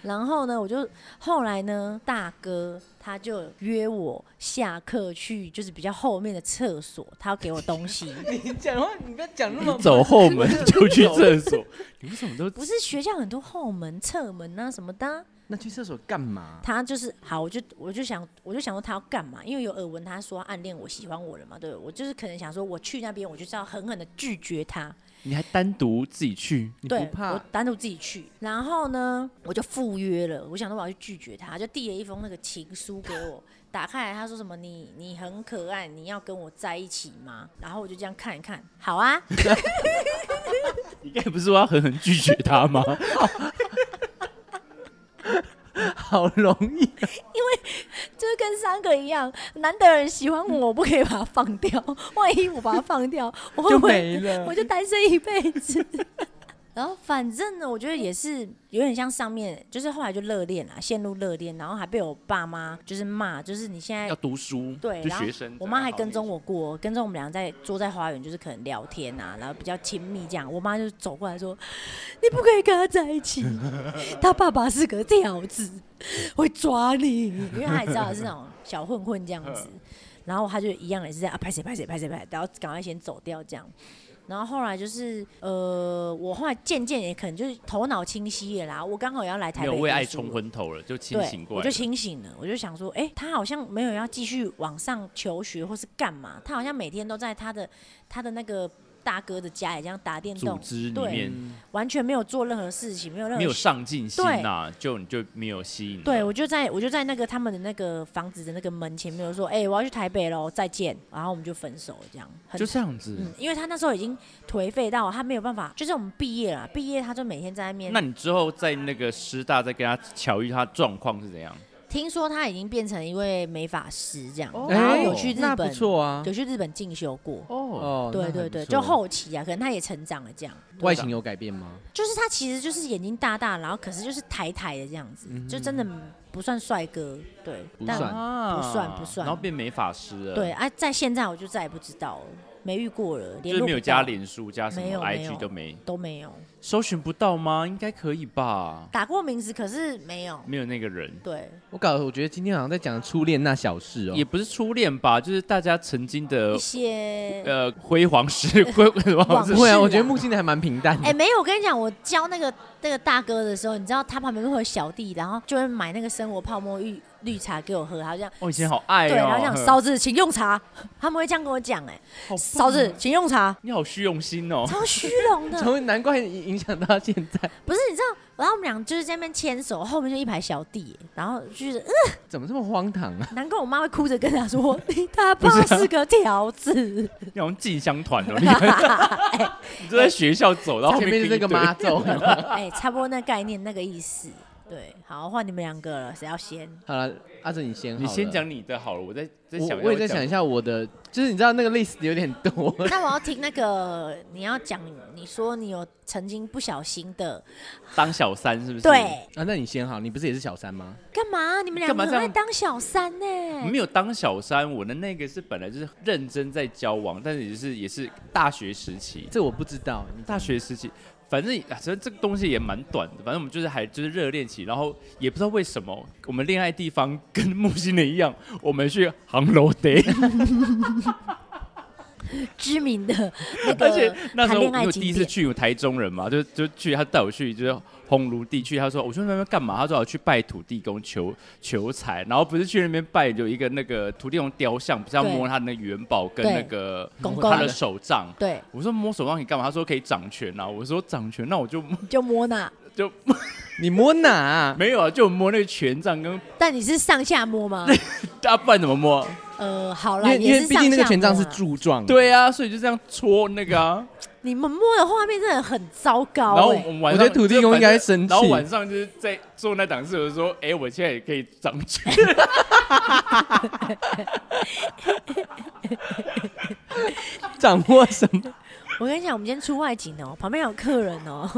S1: 然后呢，我就后来呢，大哥他就约我下课去，就是比较后面的厕所，他要给我东西。
S4: 你 讲话，你不要讲那么
S2: 走后门就去厕所，你为什么都
S1: 不是学校很多后门、侧门啊什么的啊、
S3: 那去厕所干嘛？
S1: 他就是好，我就我就想，我就想说他要干嘛？因为有耳闻他说暗恋我、喜欢我了嘛，对不对我就是可能想说，我去那边，我就是要狠狠的拒绝他，
S2: 你还单独自己去？
S3: 你不
S1: 对
S3: 怕
S1: 我单独自己去。然后呢，我就赴约了，我想说我要去拒绝他，就递了一封那个情书给我，打开来他说什么你你很可爱，你要跟我在一起吗？然后我就这样看一看，好啊，
S2: 你刚才不是说要狠狠拒绝他吗？
S3: 好容易？
S1: 就是跟三个一样，难得有人喜欢我，我不可以把它放掉， 万一我把它放掉， 我会
S3: 就
S1: 不会
S3: 没了
S1: 我就单身一辈子。然后反正呢，我觉得也是有点像上面，就是后来就热恋啊，陷入热恋，然后还被我爸妈就是骂，就是你现
S2: 要
S1: 在。
S2: 读书，
S1: 对，
S2: 就
S1: 然后
S2: 学生。
S1: 我妈还跟踪我过，跟踪我们俩在坐在花园，就是可能聊天啊，然后比较亲密这样。我妈就走过来说：“你不可以跟他在一起， 他爸爸是个婊子，会抓你。”因为她也知道是那种小混混这样子，
S2: 嗯
S1: 然后她就一样也是在啊拍谁拍谁拍谁拍，然后赶快先走掉这样。然后后来就是，呃，我后来渐渐也可能就是头脑清晰了啦。我刚好也要来台
S2: 没
S1: 北
S2: 有
S1: 读书了，
S2: 为爱冲昏头了，就清
S1: 对，
S2: 醒过
S1: 我
S2: 来
S1: 就。清醒了，我就想说，哎、他好像没有要继续往上求学或是干嘛，他好像每天都在他的他的那个大哥的家里这样打电
S2: 组
S1: 动，
S2: 织里
S1: 对
S2: 面
S1: 完全没有做任何事情，没有任何
S2: 没有
S1: 事
S2: 上进心呐，就你就没有吸引。
S1: 对，我就在我就在那个他们的那个房子的那个门前面，我说，哎、我要去台北喽，再见，然后我们就分手了，这样，很
S2: 就这样子。
S1: 嗯，因为他那时候已经颓废到他没有办法，就是我们毕业了，毕业他就每天在那边
S2: 那你之后在那个师大再跟他巧遇，他状况是怎样？
S1: 听说他已经变成一位美发师这样，
S4: 哦
S1: 然后
S3: 哎
S1: 有去日
S3: 那
S1: 本，
S3: 不错啊。
S1: 有去日本进修过。
S2: 哦，
S3: 哦，那
S1: 对
S3: 很
S1: 对
S3: 不
S1: 对，
S3: 错
S1: 就后期啊，可能他也成长了这样。对
S3: 外形有改变吗？
S1: 就是他其实就是眼睛大大，然后可是就是抬抬的这样子，就真的不算帅哥，对，
S3: 不
S1: 但
S3: 算
S2: 啊
S1: 不算不算
S2: 然后变美法师了，
S1: 对，啊，在现在我就再也不知道了，没遇过了，
S2: 就
S1: 联
S2: 是
S1: 络
S2: 没有
S1: 不
S2: 加
S1: 到
S2: 脸书加什么
S1: 没有没
S2: IG
S1: 有
S2: 都没，
S1: 都没有，
S2: 搜寻不到吗？应该可以吧？
S1: 打过名字可是没有，
S2: 没有那个人，
S1: 对，
S3: 我搞，我觉得今天好像在讲初恋那小事哦
S2: 也。不是初恋吧，就是大家曾经的
S1: 一些
S2: 呃辉煌时 辉煌
S1: 往
S2: 时
S3: 不会啊，
S1: 是
S3: 我觉得
S1: 啦
S3: 木星的还蛮平淡
S1: 哎、
S3: 的。
S1: 没有，我跟你讲，我教那个那个大哥的时候，你知道他旁边会有小弟，然后就会买那个生活泡沫绿绿茶给我喝，他就这样。
S2: 哦我以前好爱
S1: 对，然后这样
S2: 哦，
S1: 嫂子，请用茶， 他们会这样跟我讲，哎，
S2: 好棒哦
S1: 嫂子，请用茶，
S2: 你好虚荣心哦，
S1: 超虚荣的，
S3: 从难怪影影响到现在，
S1: 不是你知道？然后我们俩就是在那边牵手，后面就一排小弟，然后就是，呃
S3: 怎么这么荒唐啊？
S1: 难怪我妈会哭着跟他 说，你他爸是个条子，
S2: 你好像进香团哦，你你就在学校走到后
S3: 前面是
S2: 跟
S3: 那
S2: 一
S3: 个
S2: 堆
S3: 妈咒。
S1: 哎、差不多那概念那个意思。对，好，换你们两个了，谁要 先？
S3: 好了，阿哲你先好
S2: 你
S3: 了，
S2: 先讲你的好了，我再再
S3: 我
S2: 想。
S3: 我也在想一，下我的，就是你知道那个 list 有点多，
S1: 那我要听那个，你要讲，你说你有曾经不小心的，
S2: 当小三是不是？，
S1: 对，
S3: 啊，那你先好，你不是也是小三吗？
S1: 干嘛？你们两个
S2: 干嘛
S1: 很
S2: 这
S1: 爱
S2: 样嗯
S1: 当小三呢、
S2: 没有当小三，我的那个是本来就是认真在交往，但是也是也是大学时期，
S3: 这我不知道。你
S2: 大学时期。反正啊，其实这个东西也蛮短的。反正我们就是还就是热恋期，然后也不知道为什么我们恋爱地方跟木星的一样，我们去杭楼 day，
S1: 知名的 那
S2: 而且
S1: 个
S2: 那
S1: 呃谈
S2: 时候
S1: 恋
S2: 因
S1: 爱
S2: 为
S1: 景
S2: 第一
S1: 点。
S2: 次去，我台中人嘛，就就去他带我去就是烘炉地区，他说我说那边干嘛？他说我啊去拜土地公求求财，然后不是去那边拜有一个那个土地公雕像，不是要
S1: 对
S2: 摸他的元宝跟
S1: 对
S2: 那个
S1: 公
S2: 他
S1: 公
S2: 的手杖。
S1: 对，
S2: 我说摸手杖可以干嘛？他说可以掌权啊。我说掌权，那我就 摸
S1: 你就摸那，
S2: 就
S3: 你摸哪啊？
S2: 没有啊，就摸那个权杖跟
S1: 但你是上下摸吗？
S2: 大半怎么摸？
S1: 呃，好
S3: 因
S1: 啦，
S3: 为因
S1: 也
S3: 为
S1: 是
S3: 毕
S1: 上
S3: 竟那个
S1: 下
S3: 权杖
S1: 摸
S3: 是
S1: 啦。
S3: 柱状，，
S2: 对啊，所以就这样戳那个啊。
S1: 你们摸的画面真的很糟糕、欸。
S2: 然后我们晚上
S3: 我觉得土地公应该生气
S2: 然后晚上就是在做那档事，我就说，哎，我现在也可以掌 权。
S3: 掌握什么？
S1: 我跟你讲，我们今天出外景哦、旁边有客人 哦、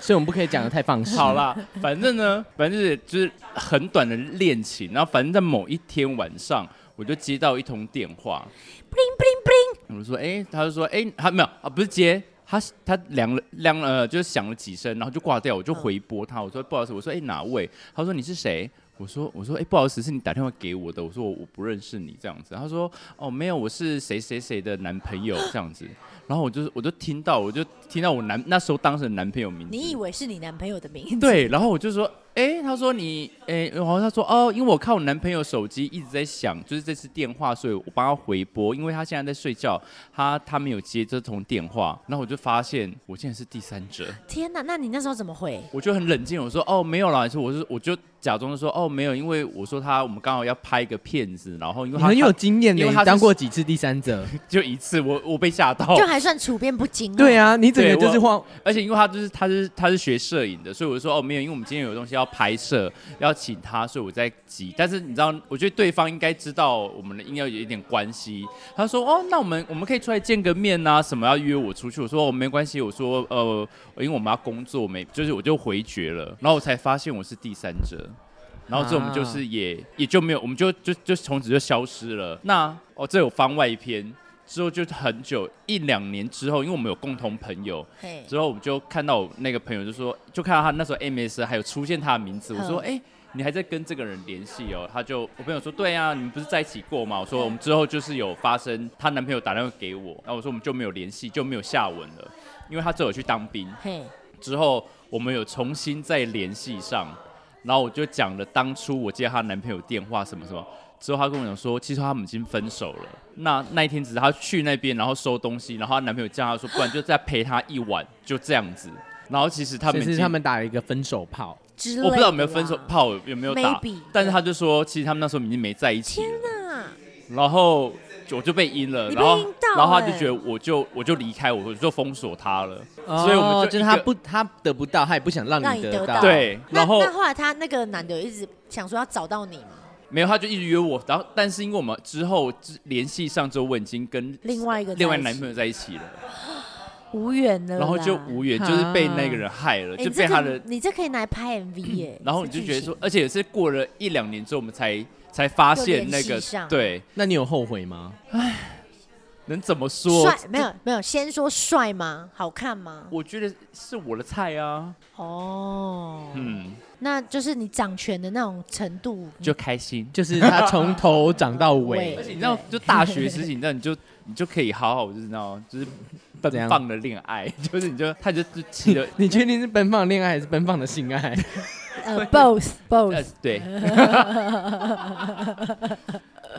S3: 所以我们不可以讲的太放肆。
S2: 好，啦，反正呢，反正就是就是很短的恋情，然后反正在某一天晚上，我就接到一通电话，
S1: 不灵不灵不灵，
S2: 我就说，哎、他就说，哎、他没有啊，不是接，他他量了量了，呃就是响了几声，然后就挂掉，我就回拨他，我说不好意思，我说哎、哪位？他说你是谁？我说我说哎、不好意思，是你打电话给我的，我说我我不认识你这样子。他说哦没有，我是谁谁谁的男朋友这样子。然后我就我就听到我就听到我男那时候当时的男朋友名字，
S1: 你以为是你男朋友的名字？
S2: 对，然后我就说，哎、他说你，哎、然后他说，哦，因为我看我男朋友手机一直在响，就是这次电话，所以我帮他回拨，因为他现在在睡觉，他他没有接这通电话，然后我就发现我竟然是第三者，
S1: 天哪，那你那时候怎么回？
S2: 我就很冷静，我说，哦，没有啦，是我是我就假装说，哦，没有，因为我说他我们刚好要拍一个片子，然后因为
S3: 你
S2: 他
S3: 很有经验的，
S2: 因为
S3: 你
S2: 他是
S3: 当过几次第 三者？
S2: 就一次，我我被吓到，
S1: 就还算处变不惊、
S3: 哦对
S1: 啊，
S3: 啊，你整个
S2: 对
S3: 就是晃，
S2: 而且因为他就是他就是他是学摄影的，所以我就说哦没有，因为我们今天有东西要拍摄，要请他，所以我在急。但是你知道，我觉得对方应该知道我们的应该有一点关系。他说哦，那我们我们可以出来见个面呐、什么要约我出去？我说哦没关系，我说呃，因为我们要工作，没就是我就回绝了。然后我才发现我是第三者。然后之后我们就是也、也就没有，我们就就就从此就消失了。那哦，这有番外篇。之后就很久一两年之后，因为我们有共同朋友，
S1: 嘿，
S2: 之后我们就看到我那个朋友就说，就看到他那时候 MS 还有出现他的名字，我说
S1: 嗯
S2: 哎。你还在跟这个人联系哦？他就我朋友说，对啊，你们不是在一起过吗？我说我们之后就是有发生，她男朋友打电话给我，然后我说我们就没有联系，就没有下文了，因为他最后有去当兵，
S1: 嘿，
S2: 之后我们有重新再联系上，然后我就讲了当初我接她男朋友电话什么什么，之后她跟我讲说，其实他们已经分手了。那那一天只是她去那边，然后收东西，然后她男朋友叫她说，不然就再陪她一晚，就这样子。然后其实他
S3: 其
S2: 们已
S3: 实
S2: 经
S3: 他们打了一个分手炮。
S1: 之类
S2: 我不知道有
S1: 的
S2: 没有分手
S1: 啦。
S2: 炮有没有打
S1: Maybe，
S2: 但是她就说，其实他们那时候已经没在一起了。
S1: 啊
S2: 然后我就被阴了，
S1: 你被
S2: 然后
S1: 阴到
S2: 然后他就
S1: 欸
S2: 觉得我就我就离开我，我就封锁他了，所以我们
S3: 哦
S2: 就
S3: 就
S2: 一
S3: 是他
S2: 个
S3: 不他得不到，他也不想让
S1: 让你
S3: 得
S1: 得到
S2: 对，
S1: 那
S2: 然后
S1: 那后来他那个男的有一直想说要找到你嘛，
S2: 没有，他就一直约我，然后但是因为我们之后之联系上之后，我已经跟
S1: 另外一个
S2: 另外
S1: 在一起
S2: 男朋友在一起了，
S1: 无缘了啦，
S2: 然后就无缘，就是被那个人害了，
S1: 哎
S2: 就
S1: 你
S2: 被
S1: 这
S2: 他
S1: 个
S2: 的，嗯
S1: 你这可以拿来拍 MV 耶。
S2: 然后你
S1: 这剧
S2: 就觉得
S1: 情
S2: 说，而且也是过了一两年之后，我们才才发现
S1: 又
S2: 那
S1: 联系
S2: 个
S1: 上
S2: 对，
S3: 那你有后悔吗？
S2: 能怎么说？
S1: 帅没有没有，先说帅吗？好看吗？
S2: 我觉得是我的菜啊，
S1: 嗯哦，
S2: 嗯，
S1: 那就是你掌权的那种程度，
S2: 就开心。
S3: 就是他从头长到
S1: 尾
S3: 尾
S2: 而，且你知道，就大学时期，你知道，你就你就可以好好，就是你知道，就是
S3: 怎
S2: 奔
S3: 样
S2: 放的恋爱， 就是你就他就就气得，
S3: 你确定是奔放恋爱还是奔放的性 爱？
S1: 呃，both
S2: 呃
S1: both，，
S2: 对，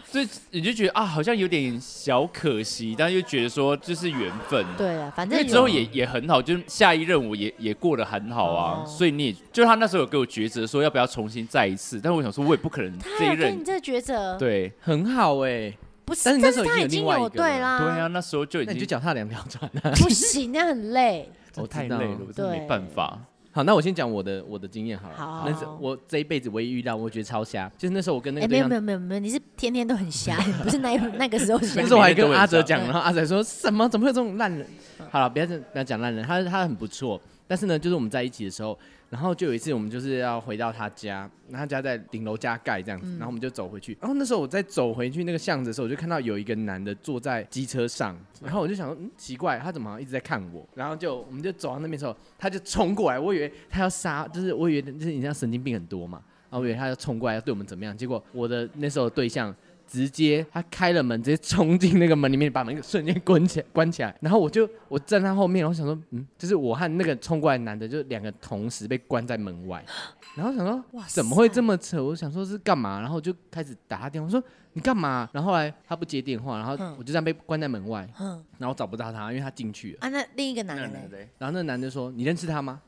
S2: 所以你就觉得啊，好像有点小可惜，但又觉得说这是缘分。
S1: 对了，反
S2: 因为
S1: 正
S2: 之后
S1: 有
S2: 也也很好，就是下一任我也也过得很好啊，
S1: 哦
S2: 所以你也就他那时候有给我抉择说要不要重新再一次，但我想说我也不可能
S1: 他
S2: 这一
S1: 有跟
S2: 任
S1: 你这个抉择，，
S2: 对
S3: 很好哎，
S1: 不是，
S3: 但是那
S1: 但
S3: 时候
S1: 他
S3: 已
S1: 已
S3: 经
S1: 经
S3: 有另外一
S1: 有
S3: 个
S1: 对啦，
S2: 对啊，，那时候就欸已
S3: 那你
S2: 经
S3: 就脚踏两条船啊。
S1: 不行，那很 累，
S2: 我
S3: 我
S2: 太
S3: 知
S2: 累
S3: 道
S2: 了，我真的没
S1: 对
S2: 办法。
S3: 好，那我先讲我的我的经验好了。
S1: 好
S3: 那是我这一辈子唯一遇到，我觉得超瞎，就是那时候我跟那
S1: 哎，
S3: 个
S1: 没
S3: 对
S1: 有
S3: 象
S1: 没有没有没有，你是天天都很 瞎，你不是那一那个时候瞎
S3: 那时候我还
S2: 每天都
S3: 跟
S2: 有嗯
S3: 阿哲
S2: 这样
S3: 讲，然后阿哲说什么？怎么会有这种烂人？好了，不要这不要讲烂人，他他很不错。但是呢，就是我们在一起的时候，然后就有一次我们就是要回到他家，那他家在顶楼加盖这样子，
S2: 嗯
S3: 然后我们就走回去。然后那时候我在走回去那个巷子的时候，我就看到有一个男的坐在机车上，然后我就想说，嗯，奇怪，他怎么好像一直在看我？然后就我们就走到那边的时候，他就冲过来，我以为他要杀，就是我以为就是你像神经病很多嘛，然后我以为他要冲过来要对我们怎么样，结果我的那时候的对象直接他开了门，直接冲进那个门里面，把门瞬间关起来，关起来。然后我就我站他后面，然后想说，嗯，就是我和那个冲过来的男的，就两个同时被关在门外。 然后想说
S1: 哇，塞
S3: 怎么会这么扯？我想说是干嘛？然后我就开始打他电话，我说嗯你干嘛？然后后来他不接电话，然后
S1: 嗯
S3: 我就这样被关在门外，
S1: 嗯
S3: 然后找不到他，因为他进去了。
S1: 啊，那另一个男
S2: 那
S1: 的
S2: 那
S1: 嘞，
S2: 对，
S3: 然后那个男的说，你认识他吗？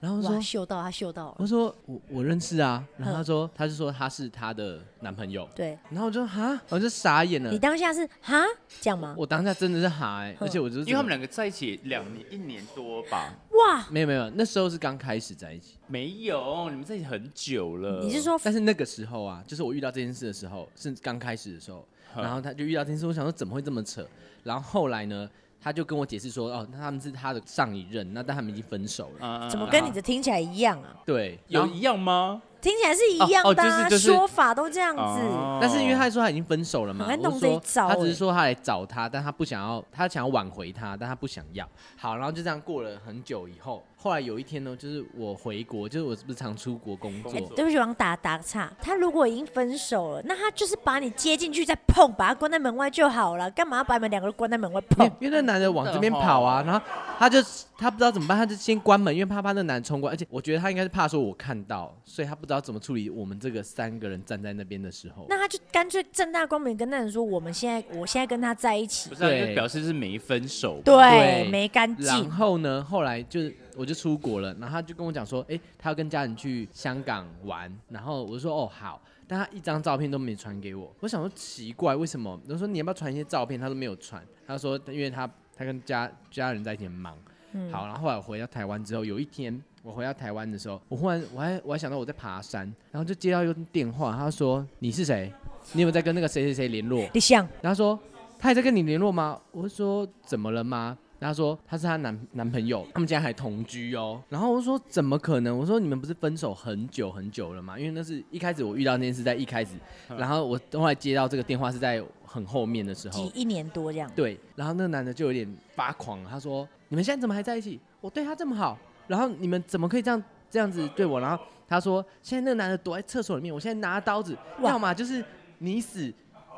S3: 然后我
S1: 哇，
S3: 说。
S1: 秀到他秀到了，
S3: 我说我我认识啊，然后他
S1: 嗯
S3: 说他就说他是他的男朋友，
S1: 对
S3: 然后我就哈，我就傻眼了
S2: 嗯
S1: 你。当下是哈这样吗？
S3: 我当下真的是哈、欸，
S1: 嗯
S3: 而且我就是
S2: 因为他们两个在一起两年一年多吧，
S1: 哇，
S3: 没有没有，那时候是刚开始在一起，
S2: 没有，你们在一起很久了。
S1: 你是说
S3: 但是那个时候啊，就是我遇到这件事的时候是刚开始的时候，
S2: 嗯
S3: 然后他就遇到这件事，我想说怎么会这么扯？然后后来呢，他就跟我解释说，哦，那他们是他的上一任，那但他们已经分手了。
S2: 啊
S1: 怎么跟你的听起来一样啊？
S3: 对，
S2: 有
S3: 嗯然后
S2: 一样吗？
S1: 听起来是一样
S2: 哦哦
S1: 的、啊
S2: 就是就是
S1: 说法都这样子。
S2: 哦
S3: 但是因为他说他已经分手了嘛，
S1: 很爱
S3: 我
S1: 弄
S3: 就
S1: 这一
S3: 说
S1: 招
S3: 他只
S1: 欸
S3: 是说他来找他，但他不想要，他想要挽回他，但他不想要。好，然后就这样过了很久以后，后来有一天呢，就是我回国，就是我是不是常出国工作
S1: 哎、
S2: 工作？
S1: 对不起，王打打岔。他如果已经分手了，那他就是把你接进去再碰，把他关在门外就好了，干嘛把你们两个人关在门外
S3: 因为
S1: 碰？
S3: 因为那男的往这边跑啊，
S1: 哦
S3: 然后他就他不知道怎么办，他就先关门，因为怕怕那男的冲过来，而且我觉得他应该是怕说我看到，所以他不知道怎么处理我们这个三个人站在那边的时候。
S1: 那他就干脆正大光明跟那人说，我们现在我现在跟他在一起
S2: 不，是、啊、
S3: 对
S2: 就表示是没分手嘛。
S1: 对，啊
S3: 对
S1: 没干
S3: 然
S1: 净。
S3: 后呢，后来就是我就出国了，然后他就跟我讲说，哎、他要跟家人去香港玩，然后我就说哦好，但他一张照片都没传给我，我想说奇怪，为什么？我说你要不要传一些照片？他都没有传，他说因为他他跟家家人在一起很忙。
S1: 嗯
S3: 好，然后后来我回到台湾之后，有一天我回到台湾的时候，我忽然我还我还想到我在爬山，然后就接到一个电话，他说你是谁？你有没有在跟那个谁谁谁联络？
S1: 你想，
S3: 然后他说他还在跟你联络吗？我就说怎么了吗？然后他说他是她男男朋友，他们现在还同居哦。然后我就说怎么可能？我说你们不是分手很久很久了吗？因为那是一开始我遇到那件事在一开始，然后我后来接到这个电话是在很后面的时
S1: 几
S3: 候，
S1: 一年多这样，
S3: 对。然后那个男的就有点发狂，他说你们现在怎么还在一起？我对他这么好，然后你们怎么可以这样这样子对我？然后他说现在那个男的躲在厕所里面，我现在拿刀子，
S1: 哇
S3: 要么就是你死，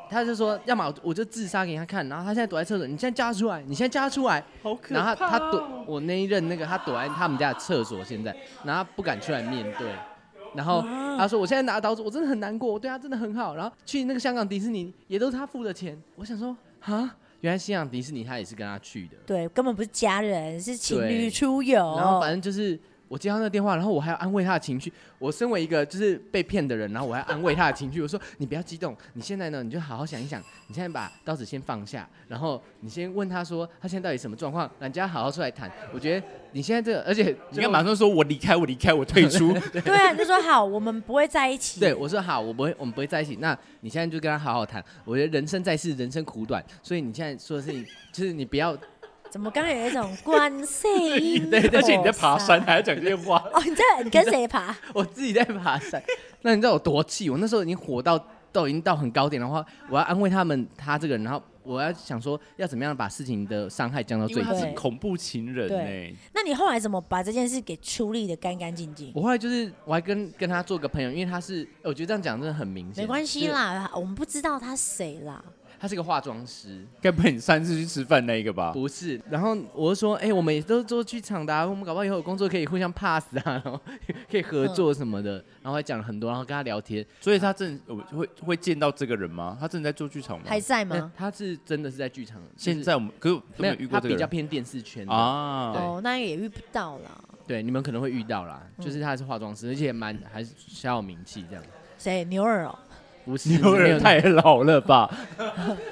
S3: 他就说，要么我我就自杀给他看，然后他现在躲在厕所，你现在叫他出来，你现在叫他出来，
S2: 好可
S3: 然后他他躲我那一任那个他躲在他们家的厕所，现在，然后他不敢出来面对，然后
S1: 啊
S3: 他说我现在拿刀子，我真的很难过，我对他真的很好，然后去那个香港迪士尼也都是他付的钱，我想说啊，原来香港迪士尼他也是跟他去的，
S1: 对，根本不是家人，是情侣
S3: 对
S1: 出游。
S3: 然后反正就是我接到那个电话，然后我还要安慰他的情绪。我身为一个就是被骗的人，然后我还要安慰他的情绪。我说你不要激动，你现在呢，你就好好想一想，你现在把刀子先放下，然后你先问他说他现在到底什么状况，人家好好出来谈。我觉得你现在这个，而且
S2: 你应该马上说我离开，我离开，我 退出。？
S1: 对啊，你就说好，我们不会在一起。
S3: 对，我说好，我不会，我们不会在一起。那你现在就跟他好好谈。我觉得人生在世，人生苦短，所以你现在说的事情就是你不要
S1: 怎么刚刚有一种关系
S2: 对，而且你在爬山还要讲这些 话，
S1: 哦，你在你跟谁爬？
S3: 我自己在爬 山。那你知道我多气？我那时候已经火到都已经到很高点的话，我要安慰他们，他这个人，然后我要想说要怎么样把事情的伤害降到
S2: 因为
S3: 最
S2: 他
S3: 低。
S2: 是
S1: 对
S2: 恐怖情人
S1: 对
S2: 哎、
S1: 那你后来怎么把这件事给处理的干干净净？
S3: 我后来就是我还跟跟他做个朋友，因为他是我觉得这样讲真的很明显。
S1: 没关系，啦，我们不知道他谁啦。
S3: 他是个化妆师，
S2: 该不会你上次去吃饭那一个吧？
S3: 不是。然后我就说，哎、我们也都做剧场的、啊，我们搞不好以后有工作可以互相 pass 啊，然后可以合作什 么的。然后还讲了很多，然后跟他聊天。
S2: 所以他正我会会见到这个人吗？他正在做剧场吗？
S1: 还在
S3: 那
S1: 吗？
S3: 哎他是真的嗯是在剧场，就是
S2: 现在我们可是我都
S3: 没
S2: 没
S3: 有
S2: 有遇过
S3: 他
S2: 这个
S3: 比较
S2: 人
S3: 偏电视圈的
S2: 啊。
S3: 对
S1: 哦，那也遇不到啦。
S3: 对，你们可能会遇到啦，
S1: 嗯
S3: 就是他是化妆师，而且蛮还是小有名气这样。
S1: 谁？牛耳哦。
S3: 不是，
S2: 你有
S3: 没
S2: 人太老了吧？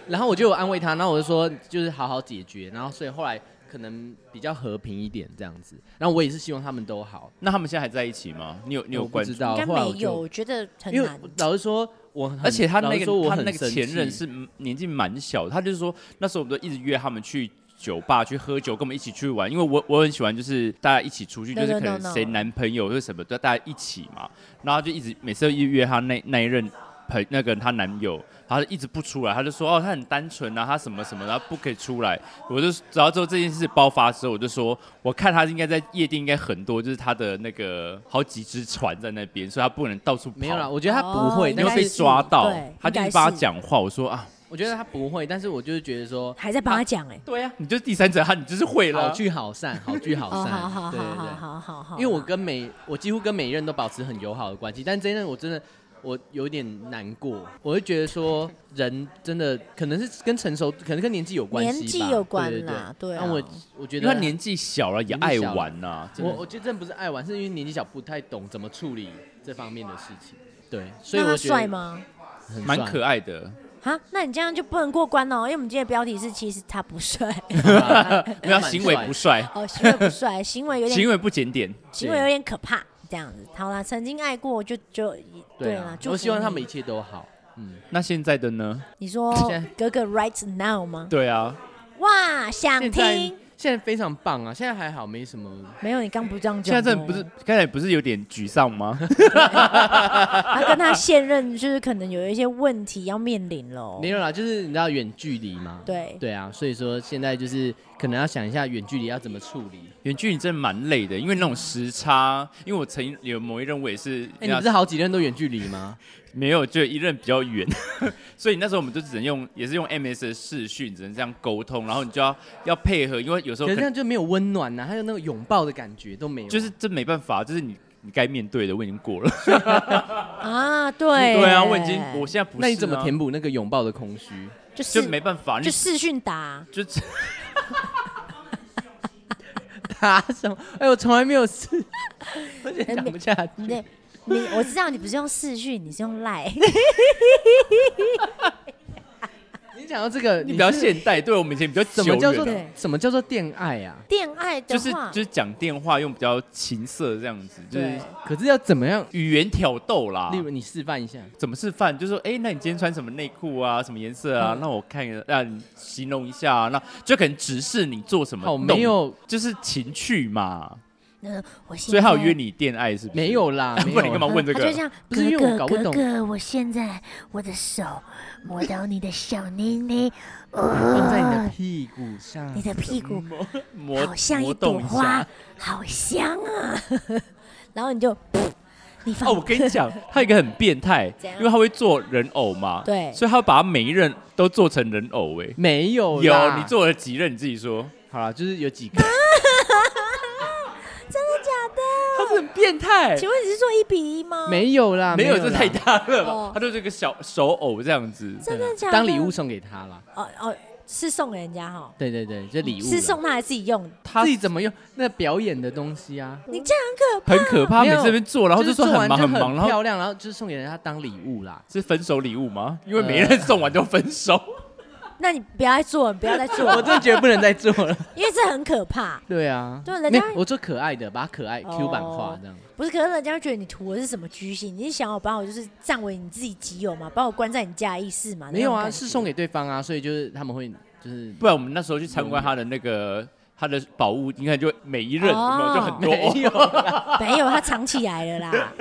S3: 然后我就有安慰他，然后我就说就是好好解决，然后所以后来可能比较和平一点这样子。然后我也是希望他们都好，
S2: 那他们现在还在一起吗？你有你有
S3: 我不
S2: 关注
S3: 知？道
S1: 应该，
S3: 后来
S1: 没
S3: 我
S1: 有，
S3: 就
S1: 我觉得很
S3: 因为
S1: 难。
S3: 老实说我很，
S2: 而且他
S3: 老
S2: 那
S3: 实
S2: 个
S3: 说我
S2: 他
S3: 很
S2: 那个
S3: 生
S2: 前任
S3: 气
S2: 是嗯年纪蛮小的，他就是说那时候我们都一直约他们去酒吧去喝酒，跟我们一起去玩，因为我我很喜欢就是大家一起出去，
S1: No,
S2: 就是
S1: no,
S2: 可
S1: no,
S2: 能谁
S1: no
S2: 男朋友或者什么都大家一起嘛，然后他就一直每次都一约他那那一任。朋那个她男友，他一直不出来，他就说哦，他很单纯啊，他什么什么，然后不可以出来。我就然后之后这件事爆发之后，我就说，我看他应该在夜店应该很多，就是他的那个好几只船在那边，所以他不能到处跑。
S3: 没有啦，我觉得他不会，
S1: 哦
S2: 因
S3: 但
S1: 应
S2: 为
S1: 该
S2: 被
S1: 是
S3: 是
S2: 抓到
S1: 对，
S2: 他就
S1: 应该
S2: 一
S1: 是
S2: 直帮他讲话。我说啊，
S3: 我觉得他不会，但是我就是觉 得说
S1: 还在帮他
S3: 啊
S1: 讲哎。
S2: 对呀、你就是第三者，他你就是会了
S3: 好
S2: 啊。
S3: 聚好散，好聚好
S1: 哦，
S3: 散，
S1: 好好好
S3: 对对对
S1: 好好好好。
S3: 因为我跟每我几乎跟每一任都保持很友好的关系，但这一任我真的我有点难过，我会觉得说人真的可能是跟成熟，可能跟年纪有关系吧，
S1: 年纪有关
S3: 对对
S1: 啦
S3: 对。
S1: 对啊
S3: 但我我觉
S2: 因
S3: 得
S2: 为他年纪小了，也
S3: 年纪
S2: 爱
S3: 小了
S2: 玩呐、啊。真
S3: 我
S2: 的
S3: 我觉得真的不是爱玩，是因为年纪小不太懂怎么处理这方面的事情。对，所以
S1: 那他
S3: 我觉
S1: 帅
S3: 得
S1: 吗？
S3: 很
S2: 蛮
S3: 帅
S2: 可爱 的，
S1: 啊，那你这样就不能过关哦，因为我们今天的标题是其实他不帅，
S3: 的，
S2: 没有啊
S3: 蛮
S2: 行为
S3: 帅
S2: 不帅，
S1: 哦，行为不帅，行为有点
S2: 行为不检点。
S1: 行为有点可怕，这样子。好啦，曾经爱过就就
S3: 对
S1: 啦
S3: 啊，，
S1: 祝
S3: 我
S1: 福
S3: 希望他
S1: 你
S3: 们一切都好。嗯，
S2: 那现在的呢？
S1: 你说
S3: 现在
S1: 哥哥 right now 吗？
S2: 对啊，
S1: 哇，想
S2: 现在
S1: 听
S3: 现在非常棒啊，现在还好，没什么。
S1: 没有，你刚不是这样
S2: 现
S1: 讲
S2: 在
S1: 过吗？
S2: 真的不是刚才不是有点沮丧吗？
S1: 他啊跟他现任就是可能有一些问题要面临喽。
S3: 没有啦，就是你知道远距离嘛，
S1: 对
S3: 对啊，所以说现在就是可能要想一下远距离要怎么处理。
S2: 远距离真的蛮累的，因为那种时差，因为我曾有某一任我也是，
S3: 哎、你不是好几任都远距离吗？
S2: 没有，就一任比较远， 所以那时候我们就只能用，也是用 MS 的视讯，只能这样沟通，然后你就要要配合，因为有时候可
S3: 可是这
S2: 能
S3: 样就没有温暖啊呐、还有那个拥抱的感觉都没有。
S2: 就是这没办法，就是你你该面对的我已经过了，
S1: 啊，对，
S2: 对啊，我已经我现在不是、啊，
S3: 那你怎么填补那个拥抱的空 虚？
S1: 就
S2: 就是没办法，你
S1: 就视讯打，
S2: 就啊
S3: 打什么？哎、我从来没有 试，我觉得讲不下去。
S1: 你你我知道你不是用视讯，你是用 赖，
S3: 你讲到这个，
S2: 你
S3: 你
S2: 比较
S3: 是
S2: 现代，对我们以前比较
S3: 什么叫
S2: 久
S3: 做
S2: 远啊
S1: 对
S3: 什么叫做恋爱啊？
S1: 恋爱的
S2: 就是
S1: 话
S2: 就是讲电话用比较情色这样子，就是
S1: 对
S3: 可是要怎么样？
S2: 语言挑逗啦
S3: 例。如你示范一下，
S2: 怎么示范？就说，哎、那你今天穿什么内裤啊？什么颜色啊？那我看一下，让你形容一下、啊，那就可能指示你做什么
S3: 好
S2: 动作。
S3: 没有
S2: 就是情趣嘛，
S1: 嗯，我现
S2: 所以他有
S1: 在
S2: 约你恋爱是不是？
S3: 没，有啦，
S2: 不
S3: 没有
S2: 然你干嘛
S1: 嗯
S2: 问这
S1: 他就这
S2: 个？
S1: 样，
S3: 不是因为我搞
S1: 哥
S3: 不
S1: 哥哥
S3: 懂
S1: 哥，我现在我的手摸到你的小妮妮，
S3: 放在你的屁股上
S1: 你。的屁股
S2: 嗯磨
S1: 好像
S2: 磨
S1: 一朵
S2: 动下
S1: 花，好香啊！ 然后你就， 你放
S2: 哦，我跟你讲，他有一个很变态
S1: 怎，样
S2: 因为他会做人偶嘛，
S1: 对
S2: 所以他会把他每一任都做成人偶、哎，
S3: 没有啦
S2: 有你做了几任？你自己说，
S3: 好了，就是有几个。
S1: 真的假的？
S2: 他是很变态，
S1: 请问你是做一比一吗？，
S3: 没有啦，
S2: 哎 没
S3: 有
S2: 有，这
S3: 啦
S2: 太大了吧
S1: 哦？
S2: 他就这个小手偶这样子，
S1: 真的假的？
S3: 啊当礼物送给他啦。
S1: 哦哦，是送给人家哈，
S3: 对对对，这礼物啦
S1: 是送他还是自己用？
S3: 他自己怎么用那表演的东西啊？
S1: 你这样很可怕，
S2: 很可怕。
S3: 没
S2: 每
S3: 有
S2: 次这边做，然后
S3: 就是
S2: 说
S3: 做
S2: 很
S3: 完就
S2: 忙忙，然后
S3: 漂亮，然后就是送给人家当礼物啦。
S2: 是分手礼物吗？因为每一任送完就分手，
S1: 那你不要再做了，你不要再做
S3: 我
S1: 了，
S3: 真的觉得不能再做了。
S1: 因为这很可怕。
S3: 对哦啊，
S1: 对人
S3: 没
S1: 家
S3: 有我做可爱的，把可爱 Q 版化这样。
S1: 不是，可是人家会觉得你图的是什么居心？你是想要把我就是占为你自己己有嘛，把我关在你家意识嘛？
S3: 没
S1: 那
S3: 有
S1: 种
S3: 啊，
S1: 感觉
S3: 是送给对方啊，所以就是他们会就是
S2: 不然我们那时候去参观他的那个他的宝物，应该就每一任有没有
S1: 哦
S2: 就很 多。
S3: 没
S2: 哦
S3: 有啦。
S1: 没有，他藏起来了 啦。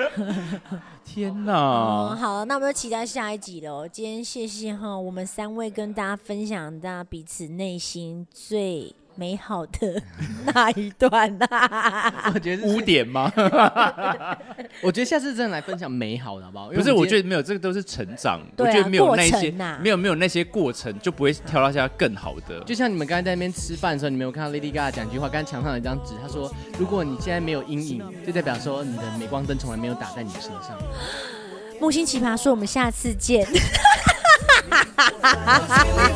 S2: 天
S1: 哦，
S2: 哪！
S1: 好，那我们就期待下一集喽。今天谢谢哈，我们三位跟大家分享大家彼此内心最美好的 那一段啊 啦。
S3: 我觉得
S2: 污
S3: 是，
S2: 点吗？
S3: 我觉得下次真的来分享美好的好不好？
S2: 不是，我觉
S3: 得
S2: 得没有，这个都是成长。我
S1: 对啊
S2: 觉得没有那
S1: 过
S2: 些
S1: 程啊呐，
S2: 没有没有那些过程，就不会挑到现在更好的。
S3: 就像你们刚才在那边吃饭的时候，你没有看到 Lady Gaga 讲一句话，刚才墙上有一张纸，她说：“如果你现在没有阴影，就代表说你的镁光灯从来没有打在你身上。”
S1: 木星奇葩说，我们下次见。
S5: Feeling